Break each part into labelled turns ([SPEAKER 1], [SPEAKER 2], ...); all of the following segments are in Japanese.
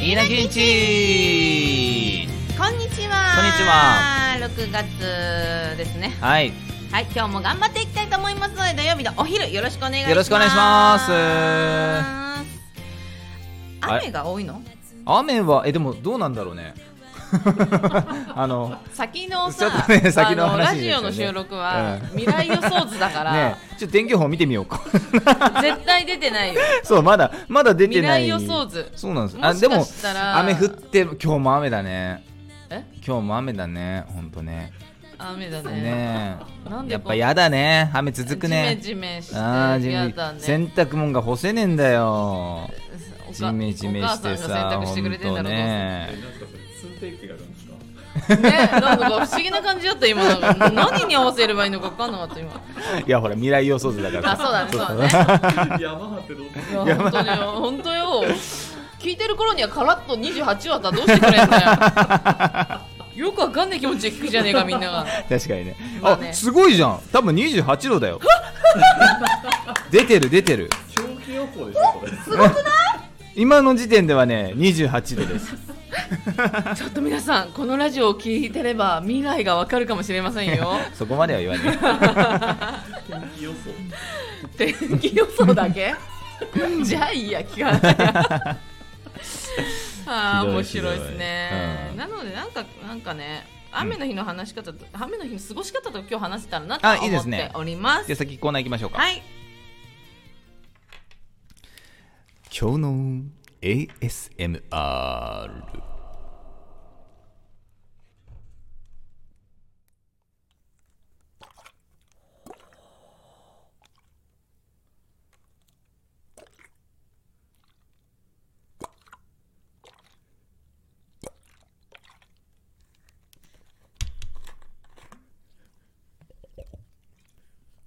[SPEAKER 1] 飯田健一
[SPEAKER 2] こんにちは。こんにちは。6月ですね。
[SPEAKER 1] はい
[SPEAKER 2] はい、今日も頑張っていきたいと思いますので、土曜日のお昼よろしくお願いします。
[SPEAKER 1] よろしくお願いします
[SPEAKER 2] 雨が多いの？
[SPEAKER 1] 雨はえでもどうなんだろうね あの
[SPEAKER 2] 先の
[SPEAKER 1] ちょ
[SPEAKER 2] さ、
[SPEAKER 1] っとね先の
[SPEAKER 2] あのラ
[SPEAKER 1] 話です
[SPEAKER 2] ジ
[SPEAKER 1] よね
[SPEAKER 2] オの収録は
[SPEAKER 1] うん
[SPEAKER 2] 未来予想図だか
[SPEAKER 1] ね
[SPEAKER 2] ら、
[SPEAKER 1] ちょっと天気予報見てみようか
[SPEAKER 2] 絶対出てないよ。
[SPEAKER 1] そうまだまだ出てない
[SPEAKER 2] 未来予想図
[SPEAKER 1] そうなんです
[SPEAKER 2] も
[SPEAKER 1] あ
[SPEAKER 2] し
[SPEAKER 1] で
[SPEAKER 2] か
[SPEAKER 1] も
[SPEAKER 2] したら
[SPEAKER 1] 雨降って今日も雨だね
[SPEAKER 2] え？
[SPEAKER 1] 今日も雨だねほんとね
[SPEAKER 2] 雨だね。
[SPEAKER 1] ねえ
[SPEAKER 2] なんで
[SPEAKER 1] やっぱやだね雨続くね
[SPEAKER 2] ジメジメして
[SPEAKER 1] ああー地
[SPEAKER 2] や
[SPEAKER 1] 味
[SPEAKER 2] だね。
[SPEAKER 1] 洗濯物が干せねえんだよ
[SPEAKER 2] おか
[SPEAKER 1] ジメジメして
[SPEAKER 2] お母さん
[SPEAKER 1] さ
[SPEAKER 2] が洗濯してくれてん
[SPEAKER 1] ほ
[SPEAKER 2] だ
[SPEAKER 1] ん
[SPEAKER 2] ろ
[SPEAKER 1] と
[SPEAKER 2] うね。
[SPEAKER 1] ね
[SPEAKER 3] 通定期があるんですか
[SPEAKER 2] ね、なんか不思議な感じだった今。なんか何に合わせればいいのか分かんなかった今。
[SPEAKER 1] いやほら未来予想図だから
[SPEAKER 2] あ、そうだね、そうだね。
[SPEAKER 3] 山張ってどう
[SPEAKER 2] いや本当によ本当よ聞いてる頃にはカラッと28話だどうしてくれんだよよくわかんない気持ちで聞くじゃねえかみんなが
[SPEAKER 1] 確かにね
[SPEAKER 2] まあ
[SPEAKER 1] あ
[SPEAKER 2] ね
[SPEAKER 1] すごいじゃん多分28度だよ 出てる出てる
[SPEAKER 3] 長期予報でしょこれ
[SPEAKER 1] 今の時点ではね28度です
[SPEAKER 2] ちょっと皆さんこのラジオを聞いてれば未来がわかるかもしれませんよ
[SPEAKER 1] そこまでは言わない
[SPEAKER 3] 天気予想
[SPEAKER 2] 天気予想だけじゃあいいや聞かないやああ
[SPEAKER 1] ひど
[SPEAKER 2] 面
[SPEAKER 1] いひどい
[SPEAKER 2] 白いですね、
[SPEAKER 1] うん
[SPEAKER 2] なのでなんかなんかね雨の日の話し方と、雨の日の過ごし方と今日話せたらなと
[SPEAKER 1] あいい
[SPEAKER 2] 思
[SPEAKER 1] で
[SPEAKER 2] っ
[SPEAKER 1] すね
[SPEAKER 2] ております
[SPEAKER 1] じゃあ先コーナー行きましょうか、
[SPEAKER 2] はい
[SPEAKER 1] 今日の ASMR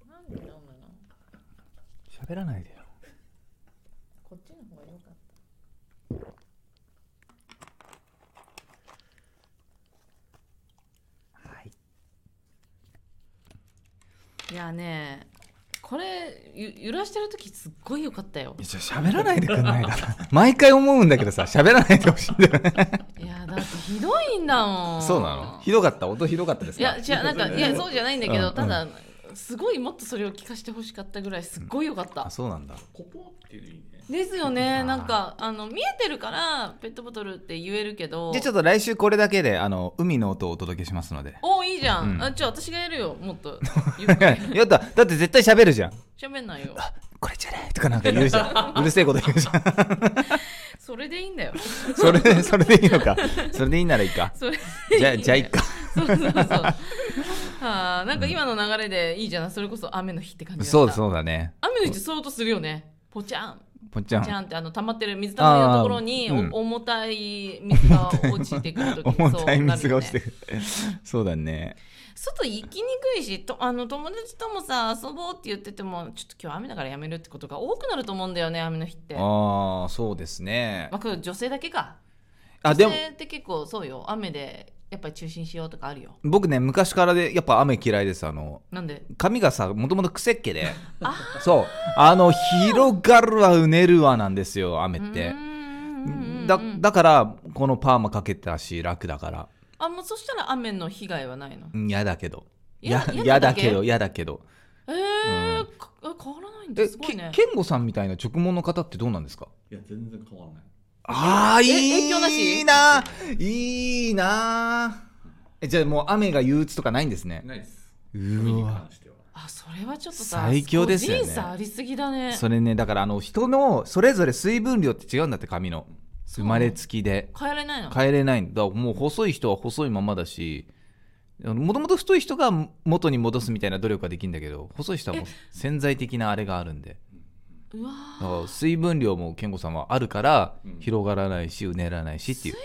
[SPEAKER 2] なんで飲むの
[SPEAKER 1] 喋らないでよ
[SPEAKER 2] こっちの方が良かった
[SPEAKER 1] はい
[SPEAKER 2] いやねこれゆ揺らしてる時すっごい良かったよ
[SPEAKER 1] じゃ喋らないでくんないかな 毎回思うんだけどさ喋らないでほしいんだよね
[SPEAKER 2] いやだってひどいんだも ん
[SPEAKER 1] そうなのひどかった音ひどかったです
[SPEAKER 2] い
[SPEAKER 1] か
[SPEAKER 2] やじゃなんかいやそうじゃないんだけ
[SPEAKER 1] う
[SPEAKER 2] ど
[SPEAKER 1] ん
[SPEAKER 2] ただすごいもっとそれを聞かせてほしかったぐらいすっごい良かった
[SPEAKER 1] あそうなんだ
[SPEAKER 3] コポっていうのいいね
[SPEAKER 2] ですよねなんかあの見えてるからペットボトルって言えるけど
[SPEAKER 1] じゃあちょ
[SPEAKER 2] っ
[SPEAKER 1] っと来週これだけであの海の音をお届けしますの で
[SPEAKER 2] おいいじゃん、
[SPEAKER 1] うん
[SPEAKER 2] あじゃあ私がやるよも っとゆっくり
[SPEAKER 1] やっただって絶対喋るじゃん
[SPEAKER 2] 喋んないよ
[SPEAKER 1] これじゃねえとかなんか言うじゃんうるせえこと言うじゃん
[SPEAKER 2] それでいいんだよ
[SPEAKER 1] それでそれでいいのかそれでいいならいいか
[SPEAKER 2] それで
[SPEAKER 1] じゃあじゃあいっか
[SPEAKER 2] そうそ うそう。あーなんか今の流れでいいじゃない。それこそ雨の日って感じだった。
[SPEAKER 1] そうそうだね
[SPEAKER 2] 雨の日ってそういう音するよね。ポチャン、
[SPEAKER 1] ぽっちゃ
[SPEAKER 2] ポチャ
[SPEAKER 1] ん
[SPEAKER 2] ンってあの溜まってる水溜まりのところに
[SPEAKER 1] あーうん
[SPEAKER 2] お重たい水が落ちて くるとき
[SPEAKER 1] 重たい水が落ちて
[SPEAKER 2] くるよね。
[SPEAKER 1] くるそうだね
[SPEAKER 2] 外行きにくいし、とあの友達ともさ遊ぼうって言っててもちょっと今日雨だからやめるってことが多くなると思うんだよね雨の日って。ま
[SPEAKER 1] ああそうですね
[SPEAKER 2] あこれ女性だけか。
[SPEAKER 1] あで
[SPEAKER 2] 女
[SPEAKER 1] も
[SPEAKER 2] 性って結構そうよ雨でやっぱり中心しようとかあるよ。
[SPEAKER 1] 僕ね昔からでやっぱ雨嫌いですあの
[SPEAKER 2] なんで
[SPEAKER 1] 髪がさもともと癖っ気で
[SPEAKER 2] あ
[SPEAKER 1] そうあの広がるわうねるわなんですよ雨って
[SPEAKER 2] うーんうんうんうん
[SPEAKER 1] だだからこのパーマかけたし楽だから
[SPEAKER 2] あもうそしたら雨の被害はないの
[SPEAKER 1] うん嫌だけど
[SPEAKER 2] や
[SPEAKER 1] や
[SPEAKER 2] や
[SPEAKER 1] や
[SPEAKER 2] だ
[SPEAKER 1] だ
[SPEAKER 2] け
[SPEAKER 1] けど嫌だけど
[SPEAKER 2] えー
[SPEAKER 1] うん
[SPEAKER 2] かえ変わらないんだ
[SPEAKER 1] え
[SPEAKER 2] すごいね
[SPEAKER 1] け健吾さんみたいな直毛の方ってどうなんですか
[SPEAKER 3] いや全然変わんない
[SPEAKER 1] ああいい
[SPEAKER 2] 影響なし
[SPEAKER 1] いいないいなえじゃあもう雨が憂鬱とかないんですね
[SPEAKER 3] ないです海
[SPEAKER 1] う
[SPEAKER 3] に
[SPEAKER 1] わ
[SPEAKER 3] 関しては
[SPEAKER 2] あそれはちょっとさ
[SPEAKER 1] 最強ですよね
[SPEAKER 2] 個人差ありすぎだね
[SPEAKER 1] それねだからあの人のそれぞれ水分量って違うんだって髪の
[SPEAKER 2] そ
[SPEAKER 1] 生
[SPEAKER 2] う
[SPEAKER 1] まれつきで
[SPEAKER 2] 変えれないの
[SPEAKER 1] 変えれないんだもう細い人は細いままだしもともと太い人が元に戻すみたいな努力はできるんだけど細い人はもう潜在的なあれがあるんで
[SPEAKER 2] うわ
[SPEAKER 1] だ
[SPEAKER 2] ー
[SPEAKER 1] から水分量も健吾さんはあるから
[SPEAKER 3] うん
[SPEAKER 1] 広がらないしうねらないしっていう
[SPEAKER 2] 分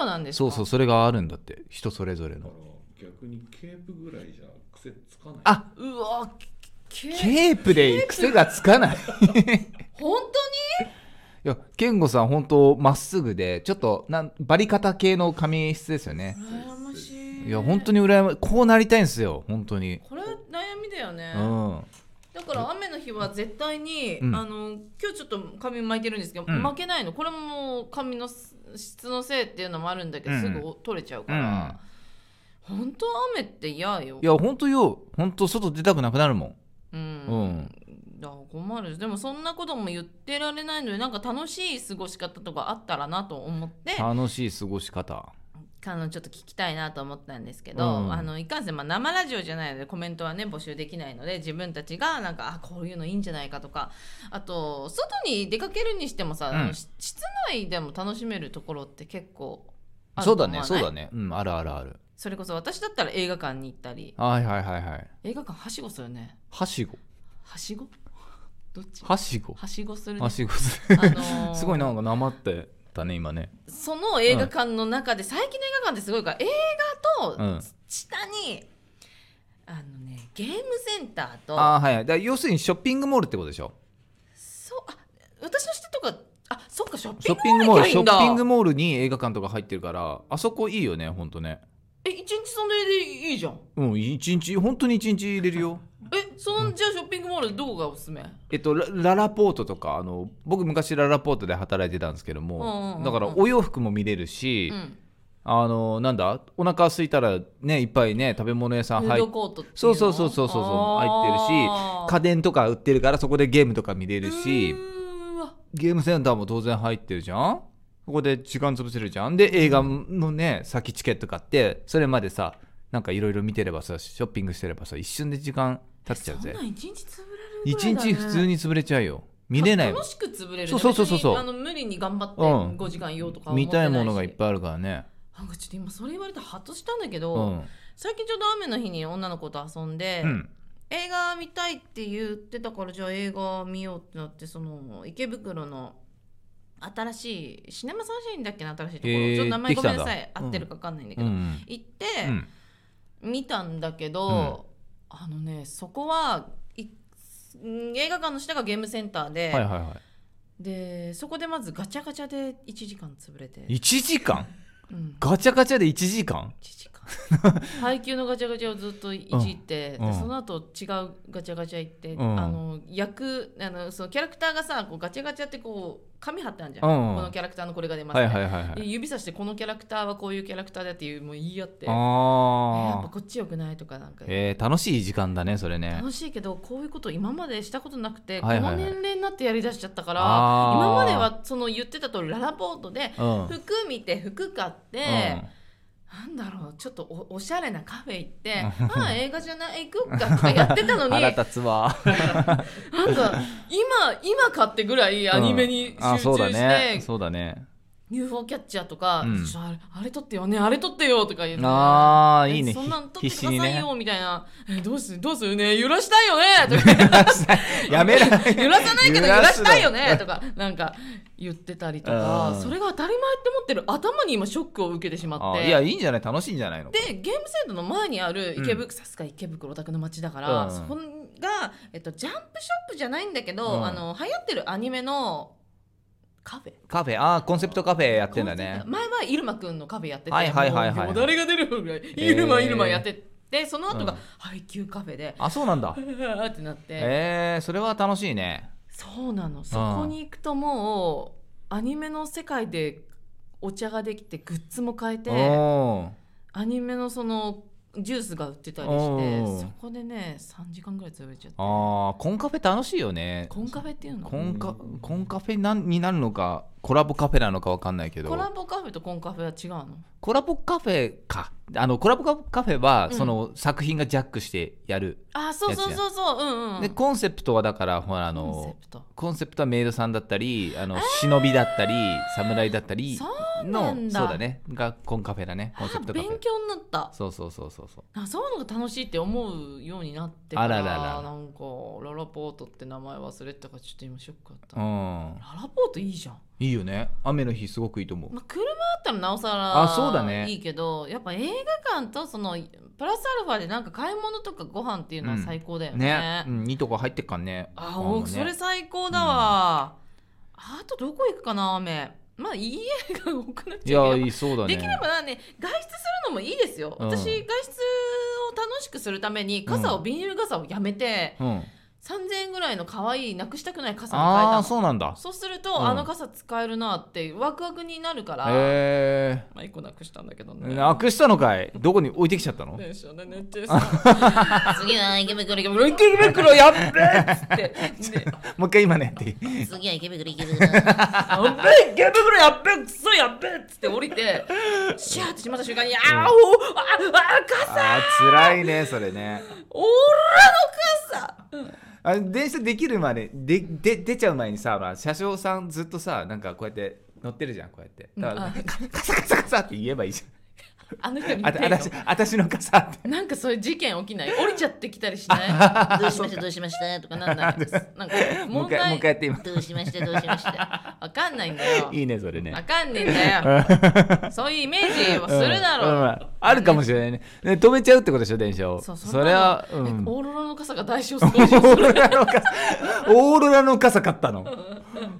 [SPEAKER 2] 量なんですか
[SPEAKER 1] そうそうそれがあるんだって人それぞれ
[SPEAKER 3] だか
[SPEAKER 1] の
[SPEAKER 3] ら逆にケープぐらいじゃ癖つかない
[SPEAKER 1] あ
[SPEAKER 2] うわけけ
[SPEAKER 1] ケープで癖がつかないい
[SPEAKER 2] 本
[SPEAKER 1] や健吾さん本当まっすぐでちょっとなんバリカタ系の髪質ですよね
[SPEAKER 2] 当に羨ましい
[SPEAKER 1] いや本当に羨まこうなりたいんですよ本当に
[SPEAKER 2] これ悩みだよね
[SPEAKER 1] うん
[SPEAKER 2] だから雨の日は絶対に、
[SPEAKER 1] うん
[SPEAKER 2] あの今日ちょっと髪巻いてるんですけど、
[SPEAKER 1] うん
[SPEAKER 2] 負けないのこれも髪の質のせいっていうのもあるんだけど、
[SPEAKER 1] うん
[SPEAKER 2] すぐ取れちゃうから、本当雨って嫌よ
[SPEAKER 1] いやほんとよほんと外出たくなくなるもん
[SPEAKER 2] うん、
[SPEAKER 1] うん
[SPEAKER 2] だから困るでもそんなことも言ってられないのでなんか楽しい過ごし方とかあったらなと思って
[SPEAKER 1] 楽しい過ごし方
[SPEAKER 2] あのちょっと聞きたいなと思ったんですけど、
[SPEAKER 1] うん
[SPEAKER 2] あのいかんせん、まあ、生ラジオじゃないのでコメントはね募集できないので自分たちがなんかあこういうのいいんじゃないかとかあと外に出かけるにしてもさ、
[SPEAKER 1] うん
[SPEAKER 2] あのし室内でも楽しめるところって結構あると
[SPEAKER 1] そう
[SPEAKER 2] 思
[SPEAKER 1] だ
[SPEAKER 2] わ
[SPEAKER 1] ね
[SPEAKER 2] ない
[SPEAKER 1] そうだねうんあるあるある
[SPEAKER 2] それこそ私だったら映画館に行ったり
[SPEAKER 1] はいはいはいはい
[SPEAKER 2] 映画館はしごするね
[SPEAKER 1] はしご
[SPEAKER 2] はしごどっち
[SPEAKER 1] はしご
[SPEAKER 2] はしごする、ね
[SPEAKER 1] は、し ご す
[SPEAKER 2] あ
[SPEAKER 1] る
[SPEAKER 2] のー
[SPEAKER 1] すごいなんかなまってたね今ね
[SPEAKER 2] その映画館の中で、最近の映画館ってすごいから映
[SPEAKER 1] うん
[SPEAKER 2] 画と下に、あのねゲームセンターと
[SPEAKER 1] ああはいだから要するにショッピングモールってことでしょ
[SPEAKER 2] そうあ私の知ってるとかあそっかショッ
[SPEAKER 1] ショッピ
[SPEAKER 2] ピ
[SPEAKER 1] ン
[SPEAKER 2] ン
[SPEAKER 1] グ
[SPEAKER 2] グ
[SPEAKER 1] モ
[SPEAKER 2] モ
[SPEAKER 1] ール
[SPEAKER 2] ールがい
[SPEAKER 1] シ
[SPEAKER 2] い
[SPEAKER 1] ョ
[SPEAKER 2] んだ
[SPEAKER 1] ッピングモールに映画館とか入ってるからあそこいいよねほんとね
[SPEAKER 2] え一日それでいいじゃん
[SPEAKER 1] うん一日本当に一日入れるよ
[SPEAKER 2] えそのじゃあショッピングモールどこがおすすめ
[SPEAKER 1] えっと、ラララポートとかあの僕昔ララポートで働いてたんですけど
[SPEAKER 2] うんうんうん
[SPEAKER 1] も、
[SPEAKER 2] うん
[SPEAKER 1] だからお洋服も見れるし、
[SPEAKER 2] うん
[SPEAKER 1] あのなんだお腹空いたらねいっぱいね食べ物屋さん
[SPEAKER 2] フー
[SPEAKER 1] 入っ
[SPEAKER 2] ドコートっていうの
[SPEAKER 1] そうそうそうそうそう入
[SPEAKER 2] あー
[SPEAKER 1] ってるし家電とか売ってるからそこでゲームとか見れるし
[SPEAKER 2] うーわ
[SPEAKER 1] ゲームセンターも当然入ってるじゃんここで時間潰せるじゃんで映画のね先チケット買ってそれまでさなんかいろいろ見てればさショッピングしてればさ一瞬で時間経っちゃう
[SPEAKER 2] そん
[SPEAKER 1] ぜ
[SPEAKER 2] なん一日潰れるぐら
[SPEAKER 1] 一
[SPEAKER 2] いだ、ね、
[SPEAKER 1] 日普通に潰れちゃうよ見れないもん
[SPEAKER 2] 楽しく潰れる、ね、
[SPEAKER 1] そうそうそうそうそう
[SPEAKER 2] 別にあの無理に頑張って
[SPEAKER 1] うん
[SPEAKER 2] 5時間いようとかは思っ
[SPEAKER 1] 見
[SPEAKER 2] てな
[SPEAKER 1] た
[SPEAKER 2] い
[SPEAKER 1] い
[SPEAKER 2] し
[SPEAKER 1] ものがいっぱいあるからね。
[SPEAKER 2] なんかちょっと今それ言われてハッとしたんだけど、
[SPEAKER 1] うん。
[SPEAKER 2] 最近ちょうど雨の日に女の子と遊んで、
[SPEAKER 1] うん。
[SPEAKER 2] 映画見たいって言ってたからじゃあ映画見ようってなってその池袋の新しいシネマサンシャインだっけな新しいところ、
[SPEAKER 1] へー
[SPEAKER 2] ちょっと名前
[SPEAKER 1] で
[SPEAKER 2] ご
[SPEAKER 1] きた
[SPEAKER 2] め
[SPEAKER 1] んだ
[SPEAKER 2] んなさい合ってるか分かんないんだけ
[SPEAKER 1] う
[SPEAKER 2] ど、
[SPEAKER 1] ん。
[SPEAKER 2] 行って、
[SPEAKER 1] うん。
[SPEAKER 2] 見たんだけど、あのねそこはいうん映画館の下がゲームセンターで、
[SPEAKER 1] はいはいは
[SPEAKER 2] でそこでまずガチャガチャで1時間潰れて、
[SPEAKER 1] い。一時間
[SPEAKER 2] うん
[SPEAKER 1] ガチャガチャで一時間
[SPEAKER 2] 1時 間配給のガチャガチャをずっといじって、
[SPEAKER 1] うん
[SPEAKER 2] でその後違うガチャガチャ行って、
[SPEAKER 1] うん
[SPEAKER 2] あの役あのそのキャラクターがさこうガチャガチャってこう紙貼ってあるじゃん、
[SPEAKER 1] うん
[SPEAKER 2] このキャラクターのこれが出ます
[SPEAKER 1] は
[SPEAKER 2] ね、
[SPEAKER 1] いはいはいは
[SPEAKER 2] で
[SPEAKER 1] い。
[SPEAKER 2] 指さしてこのキャラクターはこういうキャラクターだっていうもう言い合って、えーやっぱ
[SPEAKER 1] ああ。
[SPEAKER 2] こっちよくないとかなんか、
[SPEAKER 1] えー、楽しい時間だね、それね。
[SPEAKER 2] 楽しいけどこういうこと今までしたことなくて、
[SPEAKER 1] はいはいはい
[SPEAKER 2] この年齢になってやりだしちゃったから
[SPEAKER 1] あー
[SPEAKER 2] 今まではその言ってた通りララポートで
[SPEAKER 1] うん。うん
[SPEAKER 2] 服見て服買って、なんだろうちょっとおおしゃれなカフェ行って「ああ映画じゃない行くか」とかやってたのに
[SPEAKER 1] 腹
[SPEAKER 2] なんか
[SPEAKER 1] 立つわ。
[SPEAKER 2] 今今買ってぐらいアニメに集
[SPEAKER 1] あ
[SPEAKER 2] 中
[SPEAKER 1] そうだ
[SPEAKER 2] して、
[SPEAKER 1] ね。そうだね。
[SPEAKER 2] UFO キャッチャーとか、
[SPEAKER 1] うん
[SPEAKER 2] ちょっとあれあれ撮ってよねあれ撮ってよとか言う
[SPEAKER 1] ああ、
[SPEAKER 2] え
[SPEAKER 1] いいね。
[SPEAKER 2] そんなん撮って
[SPEAKER 1] 必
[SPEAKER 2] く
[SPEAKER 1] 死に
[SPEAKER 2] ださい
[SPEAKER 1] ね。
[SPEAKER 2] よみたいな、えどうするどうするね揺らしたいよねとか
[SPEAKER 1] やめられ
[SPEAKER 2] 揺らさないけど揺
[SPEAKER 1] 揺らすな
[SPEAKER 2] らしたいよねとかなんか言ってたりとか
[SPEAKER 1] うん
[SPEAKER 2] それが当たり前って思ってる頭に今ショックを受けてしまっ
[SPEAKER 1] あ
[SPEAKER 2] て
[SPEAKER 1] いや、いいんじゃない楽しいんじゃないの
[SPEAKER 2] でゲームセンターの前にある池袋、さすが池袋オタクの街だから、
[SPEAKER 1] うん
[SPEAKER 2] そこが、えっと、ジャンプショップじゃないんだけど、
[SPEAKER 1] うん
[SPEAKER 2] あの流行ってるアニメのカフェ
[SPEAKER 1] カフェ、ああ、コンセプトカフェやってんだね。
[SPEAKER 2] 前はイルマくんのカフェやってて、
[SPEAKER 1] はいはいはいはい
[SPEAKER 2] もう誰が出るぐらいイルマ
[SPEAKER 1] えー
[SPEAKER 2] イルマやってて、その後
[SPEAKER 1] う
[SPEAKER 2] が
[SPEAKER 1] ん
[SPEAKER 2] 配給カフェで、
[SPEAKER 1] あ、そうなんだ
[SPEAKER 2] う。わーってなって、
[SPEAKER 1] えー、それは楽しいね。
[SPEAKER 2] そうなのそこに行くともうアニメの世界でお茶ができてグッズも買えて。
[SPEAKER 1] おー
[SPEAKER 2] アニメのそのジュースが売ってたり
[SPEAKER 1] お
[SPEAKER 2] して
[SPEAKER 1] ー
[SPEAKER 2] そこでね3時間ぐらい潰れちゃって
[SPEAKER 1] あー、コンカフェ楽しいよね。
[SPEAKER 2] コンカフェっていうの
[SPEAKER 1] コンカコンカフェなんになるのかコラボカフェなのかわかんないけど
[SPEAKER 2] コラボカフェとコンカフェは違うの
[SPEAKER 1] コラボカフェかあのコラボカフェは、
[SPEAKER 2] うん
[SPEAKER 1] その作品がジャックしてやる、
[SPEAKER 2] あそうそうそうそううんうん
[SPEAKER 1] でコンセプトはだからほらあ
[SPEAKER 2] コンセ
[SPEAKER 1] の
[SPEAKER 2] プト
[SPEAKER 1] コンセプトはメイドさんだったりあの忍びだったり侍だったり
[SPEAKER 2] そうな
[SPEAKER 1] の
[SPEAKER 2] んだ
[SPEAKER 1] そうだねがコンカフェだね
[SPEAKER 2] あ
[SPEAKER 1] コンセプトカフ
[SPEAKER 2] 勉
[SPEAKER 1] ェ
[SPEAKER 2] 強になった
[SPEAKER 1] そうそうそうそうそう
[SPEAKER 2] あそういうのが楽しいって思うようになってから
[SPEAKER 1] あららら
[SPEAKER 2] なんかララポートって名前忘れてたからちょっと今ショックだった、
[SPEAKER 1] う
[SPEAKER 2] ラ
[SPEAKER 1] ん
[SPEAKER 2] ラポートいいじゃん、
[SPEAKER 1] いいよね雨の日すごくいいと思う
[SPEAKER 2] まあ、車だったらなおさ
[SPEAKER 1] あそうだ
[SPEAKER 2] ら
[SPEAKER 1] ね
[SPEAKER 2] いいけど、やっぱ映画館とそのプラスアルファでなんか買い物とかご飯っていうのは最高だよ
[SPEAKER 1] ね、うん、いいとこ入ってっかんね
[SPEAKER 2] あ、
[SPEAKER 1] あの
[SPEAKER 2] お
[SPEAKER 1] ね
[SPEAKER 2] それ最高だわ、あとどこ行くかな雨まあいい映画が多くなっ
[SPEAKER 1] い
[SPEAKER 2] ちゃう
[SPEAKER 1] や
[SPEAKER 2] けど
[SPEAKER 1] いいそうだね
[SPEAKER 2] できればね外出するのもいいですよ、
[SPEAKER 1] うん
[SPEAKER 2] 私外出を楽しくするために傘を、
[SPEAKER 1] うん
[SPEAKER 2] ビニール傘をやめて
[SPEAKER 1] うん
[SPEAKER 2] 3000円ぐらいの可愛いなくしたくない傘に変えた
[SPEAKER 1] ああ
[SPEAKER 2] の
[SPEAKER 1] ーそうなんだ
[SPEAKER 2] そうする
[SPEAKER 1] う
[SPEAKER 2] と
[SPEAKER 1] ん
[SPEAKER 2] あの傘使えるなってワクワクになるから、
[SPEAKER 1] へ
[SPEAKER 2] まあ1個なくしたんだけど
[SPEAKER 1] え
[SPEAKER 2] ね
[SPEAKER 1] なくしたのかいどこに置いてきちゃったの
[SPEAKER 2] 電車で寝てさ 次は池袋池袋池袋やっべえっつってで
[SPEAKER 1] もう一回今ねっていう
[SPEAKER 2] 次は池袋池袋やっべえ池袋やっべえクソやっべえっつって降りてシャーってしまった瞬間にあーおーああー傘
[SPEAKER 1] あー辛いねそれね
[SPEAKER 2] オーラの傘
[SPEAKER 1] あ電車できるまででで出ちゃう前にさ、まあ、車掌さんずっとさなんかこうやって乗ってるじゃんこうやってだから、
[SPEAKER 2] うん
[SPEAKER 1] カカサカサカサって言えばいいじ
[SPEAKER 2] あの人
[SPEAKER 1] ゃ
[SPEAKER 2] に
[SPEAKER 1] んあたあたしあたしの傘って
[SPEAKER 2] なんかそういう事件起きない降りちゃってきたりしないどうしましたどうしましたとかなんないなんか
[SPEAKER 1] もう
[SPEAKER 2] 問
[SPEAKER 1] 一回もう
[SPEAKER 2] 題
[SPEAKER 1] 一回やって今
[SPEAKER 2] どうしましたどうしましたわかんないんだよ
[SPEAKER 1] いいねそれね
[SPEAKER 2] わかんねえんだよそういうイメージはするだろう、
[SPEAKER 1] うんうんあるかもしれないねね止めちゃうってことでしょ電車を
[SPEAKER 2] そうそ
[SPEAKER 1] れは、う
[SPEAKER 2] え
[SPEAKER 1] ん、
[SPEAKER 2] オーロラの傘が代償すごい
[SPEAKER 1] オーロラの傘オーロラの傘買ったの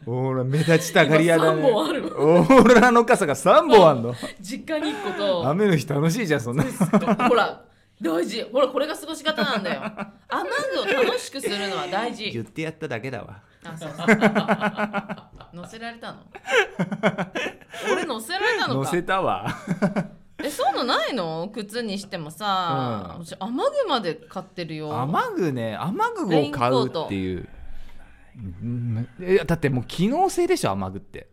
[SPEAKER 1] オーロラ目立ちたがり屋だね
[SPEAKER 2] 今三本ある
[SPEAKER 1] オーロラの傘が3本あんの
[SPEAKER 2] 実家に行くこと
[SPEAKER 1] 雨の日楽しいじゃんそんな
[SPEAKER 2] ほら大事ほらこれが過ごし方なんだよ雨具を楽しくするのは大事
[SPEAKER 1] 言ってやっただけだわ
[SPEAKER 2] あそうそう乗せられたの俺乗せられたの
[SPEAKER 1] 乗
[SPEAKER 2] か
[SPEAKER 1] せたわ
[SPEAKER 2] えそういうのないの靴にしてもさ、
[SPEAKER 1] うん
[SPEAKER 2] 私雨具まで買ってるよ
[SPEAKER 1] 雨具ね雨具を買うっていううんえだってもう機能性でしょ雨具って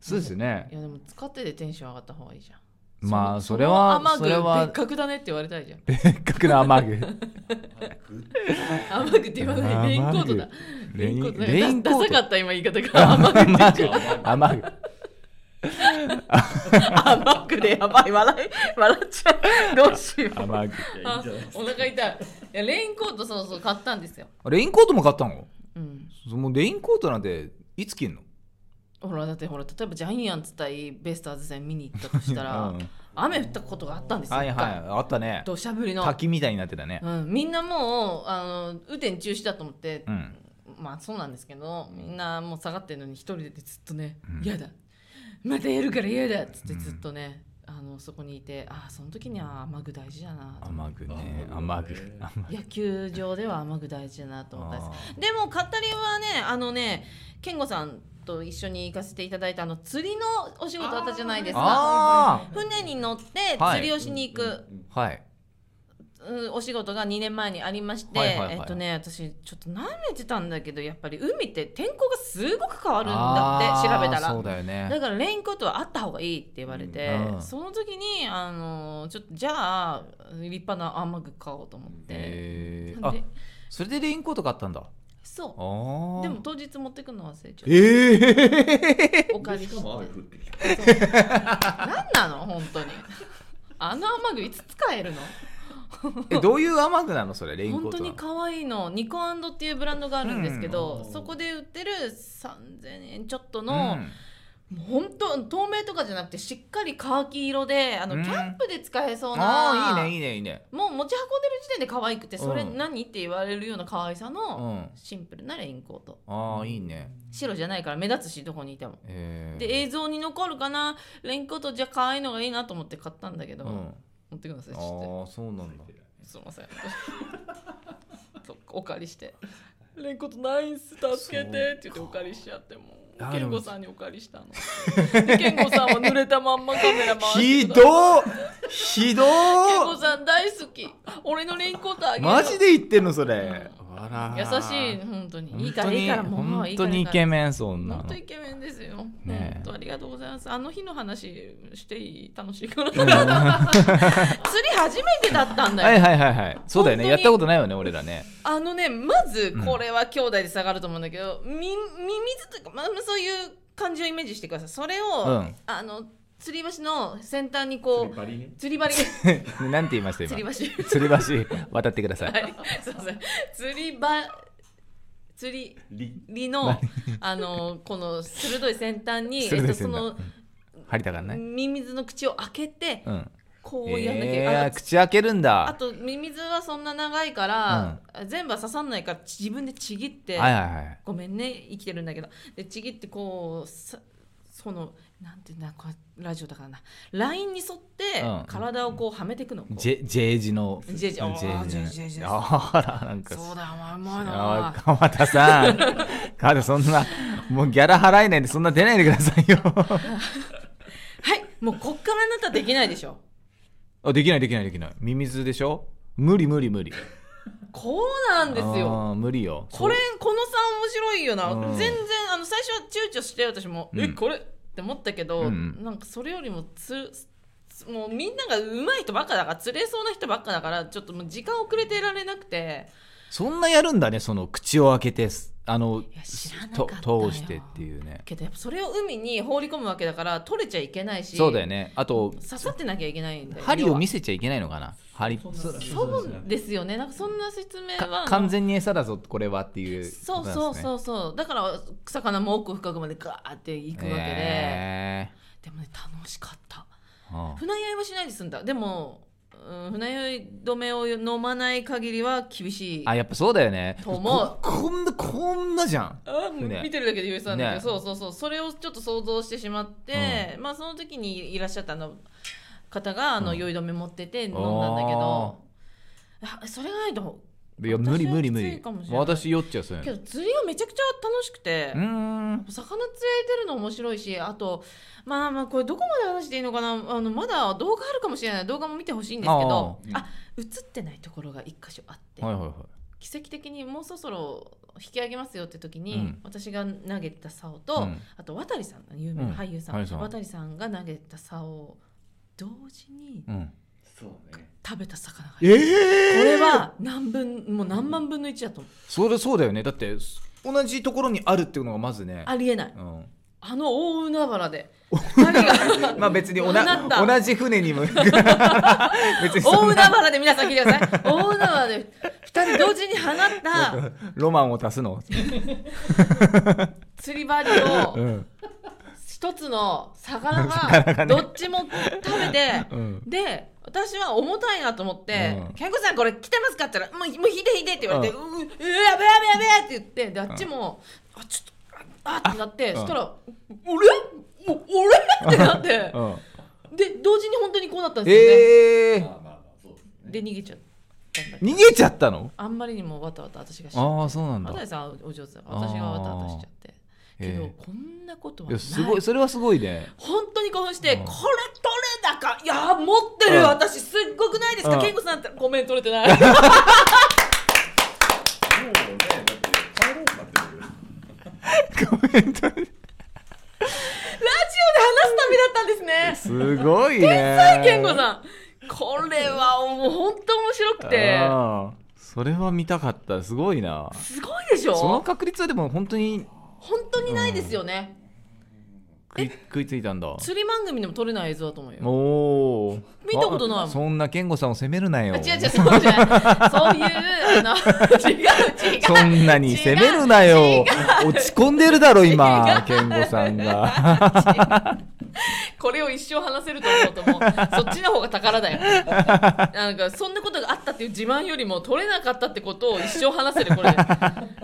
[SPEAKER 1] そうですよね
[SPEAKER 2] いやでも使っててテンション上がった方がいいじゃん
[SPEAKER 1] まあ
[SPEAKER 2] そ
[SPEAKER 1] それは
[SPEAKER 2] の
[SPEAKER 1] そ
[SPEAKER 2] 雨
[SPEAKER 1] れ
[SPEAKER 2] 具別
[SPEAKER 1] は
[SPEAKER 2] 格だねって言われたいじゃん
[SPEAKER 1] 別格の雨具
[SPEAKER 2] 雨具って言わないレインコートだ
[SPEAKER 1] レイン
[SPEAKER 2] レインコートだ
[SPEAKER 1] レインコート
[SPEAKER 2] ダサかった今言い方が雨具
[SPEAKER 1] 雨具雨具
[SPEAKER 2] 雨具でやばい笑い笑っちゃうどうしよう
[SPEAKER 1] 雨
[SPEAKER 3] いやいい
[SPEAKER 2] あ
[SPEAKER 3] んじゃないですか
[SPEAKER 2] お腹痛いいやレインコートそうそう買ったんですよ、
[SPEAKER 1] 具レインコートも買ったの
[SPEAKER 2] うん、
[SPEAKER 1] そのレインコートなんていつ着んの
[SPEAKER 2] ほらだってほら例えばジャイアンツ対ベイスターズ戦見に行ったとしたら、
[SPEAKER 1] うん
[SPEAKER 2] 雨降ったことがあったんですよ
[SPEAKER 1] はいはいあったね
[SPEAKER 2] 土砂降りの
[SPEAKER 1] 滝みたいになってたね
[SPEAKER 2] うん、みんなもうあの雨天中止だと思って、
[SPEAKER 1] うん
[SPEAKER 2] まあそうなんですけどみんなもう下がってるのに一人でずっとね
[SPEAKER 1] う
[SPEAKER 2] 「
[SPEAKER 1] ん
[SPEAKER 2] 嫌、だまたやるから嫌だ」っつってずっとね、あのそこにいてああその時には雨具大事だなと
[SPEAKER 1] 雨具ね雨具雨具
[SPEAKER 2] 野球場では雨具大事だなと思ったん
[SPEAKER 1] あ
[SPEAKER 2] ですでも語りはねあのね健吾さんと一緒に行かせていただいたあの釣りのお仕事あったじゃないですか
[SPEAKER 1] あ
[SPEAKER 2] 船に乗って
[SPEAKER 1] はい
[SPEAKER 2] 釣りをしに行く、
[SPEAKER 3] うん
[SPEAKER 1] ーはい
[SPEAKER 2] うんお仕事が2年前にありまして、
[SPEAKER 1] はいはいはい
[SPEAKER 2] えっとね私ちょっと舐めてたんだけどやっぱり海って天候がすごく変わるんだって調
[SPEAKER 1] あー
[SPEAKER 2] べたら
[SPEAKER 1] そう
[SPEAKER 2] だ,、
[SPEAKER 1] だよね
[SPEAKER 2] からレインコートはあった方がいいって言われて、
[SPEAKER 1] うんうん
[SPEAKER 2] その時にあのちょっとじゃあ立派な雨具買おうと思って、
[SPEAKER 1] えー
[SPEAKER 2] なんで
[SPEAKER 1] あそれでレインコート買ったんだ
[SPEAKER 2] そ
[SPEAKER 1] あ
[SPEAKER 2] う
[SPEAKER 1] ー
[SPEAKER 2] でも当日持ってくの忘れちゃっ
[SPEAKER 1] え え
[SPEAKER 2] たお借
[SPEAKER 3] で
[SPEAKER 2] りし
[SPEAKER 3] しか
[SPEAKER 2] て
[SPEAKER 3] も雨降ってきた
[SPEAKER 2] 何なの本当にあの雨具いつ使えるの
[SPEAKER 1] えどういう雨具なのそれレインコ
[SPEAKER 2] 本
[SPEAKER 1] ー
[SPEAKER 2] 当
[SPEAKER 1] トな
[SPEAKER 2] に
[SPEAKER 1] の
[SPEAKER 2] 可愛いのニコアンドっていうブランドがあるんですけど、
[SPEAKER 3] うん
[SPEAKER 2] そこで売ってる3000円ちょっと
[SPEAKER 1] う
[SPEAKER 2] の、
[SPEAKER 1] ん
[SPEAKER 2] もう本当透明とかじゃなくてしっかりカーキ色であの、
[SPEAKER 1] うん
[SPEAKER 2] キャンプで使えそうな
[SPEAKER 1] ああいいねいいねいいね
[SPEAKER 2] もう持ち運んでる時点で可愛くてそれ
[SPEAKER 1] うん
[SPEAKER 2] 何、って言われるような可愛さ
[SPEAKER 1] う
[SPEAKER 2] の、
[SPEAKER 1] ん
[SPEAKER 2] シンプルなレインコート
[SPEAKER 1] ああいいね
[SPEAKER 2] 白じゃないから目立つしどこにいても。
[SPEAKER 1] えー
[SPEAKER 2] で映像に残るかなレインコートじゃ可愛いのがいいなと思って買ったんだけど、
[SPEAKER 1] うん
[SPEAKER 2] 持ってください
[SPEAKER 1] あ
[SPEAKER 2] ちょっと
[SPEAKER 1] あそうなんだ
[SPEAKER 2] すみません。そうお借り して。レンコトないんす助けてって言ってお借りしちゃっても
[SPEAKER 1] そうか
[SPEAKER 2] う。ケンゴさんにお借りしたの。 ケンゴさんは濡れたまんまカメラ回し
[SPEAKER 1] ひ
[SPEAKER 2] て
[SPEAKER 1] ど
[SPEAKER 2] ください。
[SPEAKER 1] っひど
[SPEAKER 2] ケンゴ
[SPEAKER 1] っ
[SPEAKER 2] さん大好き。俺のレインコートあげるよ。
[SPEAKER 1] マジで言ってんのそれ
[SPEAKER 2] う
[SPEAKER 1] あら
[SPEAKER 2] 優しい本当に。いいからいいからもうもう
[SPEAKER 1] 本
[SPEAKER 2] いいか
[SPEAKER 1] 当
[SPEAKER 2] ら
[SPEAKER 1] に
[SPEAKER 2] いい
[SPEAKER 1] イ
[SPEAKER 2] から
[SPEAKER 1] ケメンそんな
[SPEAKER 2] 本
[SPEAKER 1] の
[SPEAKER 2] 当イケメンですよ。
[SPEAKER 1] ねえ
[SPEAKER 2] 本当ありがとうございます。あの日の話していい楽しい から。釣り初めてだったんだよ
[SPEAKER 1] は。いはいはいはいそうだよね
[SPEAKER 2] 本当
[SPEAKER 1] や
[SPEAKER 2] に
[SPEAKER 1] ったことないよね俺ら ね
[SPEAKER 2] あのねまずこれは兄弟で下がると思うんだけど、みミミズとか、まあ、そういう感じをイメージしてくださいそれを、
[SPEAKER 1] うん
[SPEAKER 2] あの吊り橋の先端に
[SPEAKER 3] 釣
[SPEAKER 2] こ
[SPEAKER 3] り針ね
[SPEAKER 2] う吊り針
[SPEAKER 1] なんて言いました
[SPEAKER 2] 吊り
[SPEAKER 1] 今
[SPEAKER 2] 橋
[SPEAKER 1] 吊り橋渡ってくださ
[SPEAKER 2] はいいすいません吊りば吊り
[SPEAKER 3] り
[SPEAKER 2] りのあのこの鋭い先端に
[SPEAKER 1] 鋭い
[SPEAKER 2] えっと、
[SPEAKER 1] 先
[SPEAKER 2] そ
[SPEAKER 1] 端
[SPEAKER 2] の
[SPEAKER 1] 針だからね
[SPEAKER 2] ミミズの口を開けて
[SPEAKER 1] うん
[SPEAKER 2] こうやんなきゃいけない、
[SPEAKER 1] えー口開けるん
[SPEAKER 2] あ
[SPEAKER 1] だ
[SPEAKER 2] とミミズはそんな長いから、全部は刺さんないから自分でちぎって、
[SPEAKER 1] はいはいはい
[SPEAKER 2] ごめんね生きてるんだけどでちぎってこうさそのなんていうんだこうラジオだからなラインに沿って
[SPEAKER 1] うん
[SPEAKER 2] 体をこうはめていくの、こう
[SPEAKER 1] J, J 字の
[SPEAKER 2] J 字あー J 字 J 字
[SPEAKER 1] あらなんか
[SPEAKER 2] そうだお前うまい
[SPEAKER 1] あ
[SPEAKER 2] な
[SPEAKER 1] ー川田さん 川田そんなもうギャラ払えないんでそんな出ないでくださいよ
[SPEAKER 2] はいもうこっからあなたできないでしょ
[SPEAKER 1] あできないできないできないミミズでしょ無理無理無理
[SPEAKER 2] こうなんですよ
[SPEAKER 1] あー無理よ
[SPEAKER 2] これこの差面白いよな、
[SPEAKER 1] うん
[SPEAKER 2] 全然あの最初は躊躇して私も、
[SPEAKER 1] うん
[SPEAKER 2] えこれって思ったけど、
[SPEAKER 1] うん
[SPEAKER 2] なんかそれよりもつつもうみんなが上手い人ばっかだから釣れそうな人ばっかだからちょっともう時間遅れてられなくて
[SPEAKER 1] そんなやるんだねその口を開けてすあの
[SPEAKER 2] いや知らなか
[SPEAKER 1] と
[SPEAKER 2] ったよ
[SPEAKER 1] 通してっていうね
[SPEAKER 2] けどやっぱそれを海に放り込むわけだから取れちゃいけないし
[SPEAKER 1] そうだよねあと
[SPEAKER 2] 刺さってなきゃいけないんで
[SPEAKER 1] 針を見
[SPEAKER 2] せ
[SPEAKER 1] せちゃいけないのかな針
[SPEAKER 3] そんな
[SPEAKER 1] そ
[SPEAKER 2] そうですよねなんかそんな説明
[SPEAKER 1] か
[SPEAKER 2] は
[SPEAKER 1] 完全に餌だぞこれはっていう
[SPEAKER 2] そうそう
[SPEAKER 1] う
[SPEAKER 2] そうそうだから魚も奥深くまでガーっていくわけで、
[SPEAKER 1] え
[SPEAKER 2] でもね楽しかった
[SPEAKER 1] ーああ
[SPEAKER 2] 船酔いはしないで済んだでも、うん、船酔い止めを飲まない限りは厳しい
[SPEAKER 1] あやっぱそうだよね
[SPEAKER 2] と思う
[SPEAKER 1] ここんなこんなじゃん
[SPEAKER 2] あ
[SPEAKER 1] 船
[SPEAKER 2] 見てるだけで言えそうなんだけど、
[SPEAKER 1] ね
[SPEAKER 2] そうそうそうそれをちょっと想像してしまって、まあその時にいらっしゃったあの方があの
[SPEAKER 1] うん
[SPEAKER 2] 酔い止め持ってて飲んだんだけど、あそれがないと
[SPEAKER 1] いや
[SPEAKER 2] 私は
[SPEAKER 1] 無理無理無
[SPEAKER 2] きつ
[SPEAKER 1] 理
[SPEAKER 2] いかもしれない
[SPEAKER 1] 私酔っちゃうそれ
[SPEAKER 2] けど釣りはめちゃくちゃ楽しくて、
[SPEAKER 1] うーん
[SPEAKER 2] 魚釣り合えてるの面白いしあとまあまあこれどこまで話していいのかなあのまだ動画あるかもしれない動画も見てほしいんですけど
[SPEAKER 3] あ
[SPEAKER 2] あ映ってないところが一箇所あって、
[SPEAKER 1] はいはいはい
[SPEAKER 2] 奇跡的にもうそろそろ引き上げますよって時に、
[SPEAKER 1] うん
[SPEAKER 2] 私が投げた竿と、
[SPEAKER 1] うん
[SPEAKER 2] あと渡さん有名
[SPEAKER 1] うん
[SPEAKER 2] な俳優さん,、
[SPEAKER 1] はいさん
[SPEAKER 2] 渡さんが投げた竿を同時に
[SPEAKER 1] うん
[SPEAKER 3] そうね
[SPEAKER 2] 食べた魚がい
[SPEAKER 1] え
[SPEAKER 2] る、
[SPEAKER 1] え
[SPEAKER 2] これは何分もう何万分の1だと思う
[SPEAKER 1] それそうだよねだって同じところにあるっていうのがまずね
[SPEAKER 2] ありえない
[SPEAKER 1] うん
[SPEAKER 2] あの大海原で2人が
[SPEAKER 1] まあ別にお
[SPEAKER 2] なった
[SPEAKER 1] な同じ船 にも別に
[SPEAKER 2] 大
[SPEAKER 1] そん
[SPEAKER 2] 海
[SPEAKER 1] な
[SPEAKER 2] 原で皆さん聞いてください大海原で2人同時に放った
[SPEAKER 1] ロマンを足すの、
[SPEAKER 2] 釣り針を
[SPEAKER 1] うん
[SPEAKER 2] 一つの魚がどっちも食べて、
[SPEAKER 1] うん、
[SPEAKER 2] で私は重たいなと思って
[SPEAKER 1] うん
[SPEAKER 2] 「健吾さんこれ来てますか?」って言ったら「もうもう引いて引いて」って言われて「う
[SPEAKER 1] う
[SPEAKER 2] ううやべやべやべ」って言ってであっちも「あちょっとああっ」てなって
[SPEAKER 1] うん
[SPEAKER 2] そしたら「俺お俺?」ってなって
[SPEAKER 1] うん、
[SPEAKER 2] で同時に本当にこうなったんですよね、
[SPEAKER 1] ええ
[SPEAKER 3] まあまあまあそうですね
[SPEAKER 2] で逃げちゃったんだけど
[SPEAKER 1] 逃げちゃったの
[SPEAKER 2] あんまりにもわたわた私がしちゃっ
[SPEAKER 1] ああそうなん
[SPEAKER 2] て
[SPEAKER 1] だ
[SPEAKER 2] 渡
[SPEAKER 1] い
[SPEAKER 2] さんはお上手だから私がわたわたしちゃっ
[SPEAKER 1] あー
[SPEAKER 2] てけど
[SPEAKER 1] へ
[SPEAKER 2] こんなことはな
[SPEAKER 1] や
[SPEAKER 2] い
[SPEAKER 1] すごいそれはすごいね
[SPEAKER 2] 本当に興奮して、
[SPEAKER 1] うん
[SPEAKER 2] これ取れたかいやー持ってる、
[SPEAKER 1] うん
[SPEAKER 2] 私すっごくないですか、
[SPEAKER 1] うん
[SPEAKER 2] 健吾さんってごめん取れ てない
[SPEAKER 3] もうねだって帰ろうかって思うよ
[SPEAKER 1] コメント
[SPEAKER 2] ラジオで話すためだったんですね
[SPEAKER 1] すごいね天才
[SPEAKER 2] 健吾さんこれはもう本当面白くて
[SPEAKER 1] ああそれは見たかったすごいな
[SPEAKER 2] すごいでし
[SPEAKER 1] その
[SPEAKER 2] ょ
[SPEAKER 1] 確率はでも本当に
[SPEAKER 2] 本当にないですよね、
[SPEAKER 1] 食い食いついたんだ
[SPEAKER 2] 釣り番組でも撮れない映像だと思うよ
[SPEAKER 1] おお
[SPEAKER 2] 見たことないもん
[SPEAKER 1] そんな健吾さんを責めるなよ
[SPEAKER 2] あ違う違うそうじゃないそういうあの違う違う
[SPEAKER 1] そんなに責めるなよ落ち込んでるだろ今健吾さんが
[SPEAKER 2] これを一生話せると思うともうそっちの方が宝だよなんかそんなことがあったっていう自慢よりも取れなかったってことを一生話せるこれ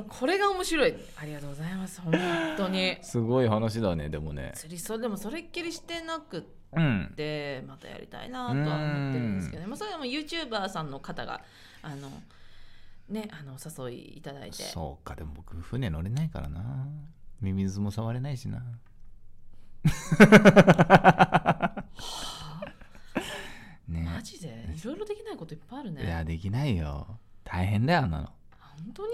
[SPEAKER 2] これが面白いありがとうございます本当に
[SPEAKER 1] すごい話だねでもね
[SPEAKER 2] 釣りそうでもそれっきりしてなくっ
[SPEAKER 1] うん
[SPEAKER 2] てまたやりたいなとは思ってるんですけどね、まあ、それはもう YouTuber さんの方があのねあのお誘いいただいて
[SPEAKER 1] そうかでも僕船乗れないからなミミズも触れないしなね
[SPEAKER 2] マジでいろいろできないこといっぱいあるね
[SPEAKER 1] いやできないよ大変だよあんなの
[SPEAKER 2] 本当に、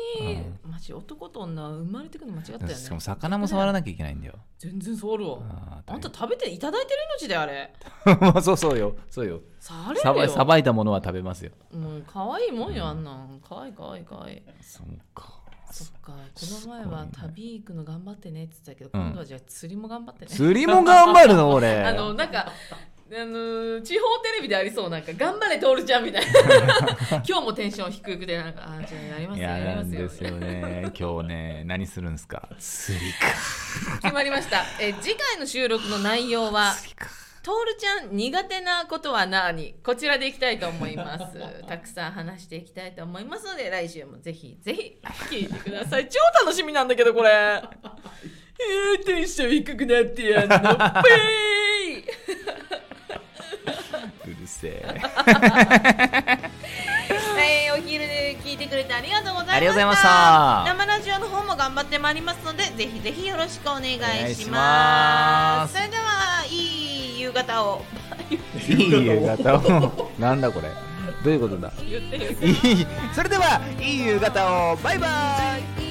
[SPEAKER 2] マジ男と女は生まれてくの間違ったよね
[SPEAKER 1] しかも魚も触らなきゃいけないんだよ
[SPEAKER 2] 全然触るわ
[SPEAKER 1] あー
[SPEAKER 2] あんた食べていただいてる命だよあれ
[SPEAKER 1] 大変ま あそうそうよそうよ
[SPEAKER 2] 触
[SPEAKER 1] さ
[SPEAKER 2] れ
[SPEAKER 1] ば
[SPEAKER 2] る
[SPEAKER 1] さ
[SPEAKER 2] よ
[SPEAKER 1] ばいたものは食べますよ
[SPEAKER 2] もう可愛いもんよ
[SPEAKER 1] うん
[SPEAKER 2] あんなん可愛い可愛い可愛い
[SPEAKER 1] そうか
[SPEAKER 2] そっかこ
[SPEAKER 1] す
[SPEAKER 2] の
[SPEAKER 1] ごいね
[SPEAKER 2] 前は旅行くの頑張ってねって言ってた
[SPEAKER 1] う
[SPEAKER 2] けど
[SPEAKER 1] ん
[SPEAKER 2] 今度はじゃあ釣りも頑張ってね
[SPEAKER 1] 釣りも頑張るの俺
[SPEAKER 2] あのなんかあのー地方テレビでありそうなんか頑張れトールちゃん みたいな今日もテンション低くてなんかあーじゃあやりま
[SPEAKER 1] い
[SPEAKER 2] すよ
[SPEAKER 1] や
[SPEAKER 2] やり
[SPEAKER 1] な
[SPEAKER 2] ま
[SPEAKER 1] ん
[SPEAKER 2] すよ
[SPEAKER 1] ですよ ね今日ね何するんですか釣りか
[SPEAKER 2] 決まりましたえ次回の収録の内容は
[SPEAKER 1] 釣りか
[SPEAKER 2] トールちゃん苦手なことは何こちらでいきたいと思います。 たくさん話していきたいと思いますので来週もぜひぜひ聞いてください。超楽しみなんだけどこれ。えーテンション低くなってやんの。ぺ
[SPEAKER 1] うるせえ
[SPEAKER 2] ーい。はい、お昼で聞いてくれてありがとうございました。
[SPEAKER 1] ありがとうございました
[SPEAKER 2] 生ラジオの方も頑張ってまいりますので、ぜひぜひよろしくお願いし
[SPEAKER 1] お願い
[SPEAKER 2] ます。
[SPEAKER 1] します
[SPEAKER 2] それでは、いい夕方を。
[SPEAKER 1] いい夕方をなんだこれどういうことだ
[SPEAKER 2] 言ってよ。
[SPEAKER 1] いいそれではいい夕方をバイバイ
[SPEAKER 2] いい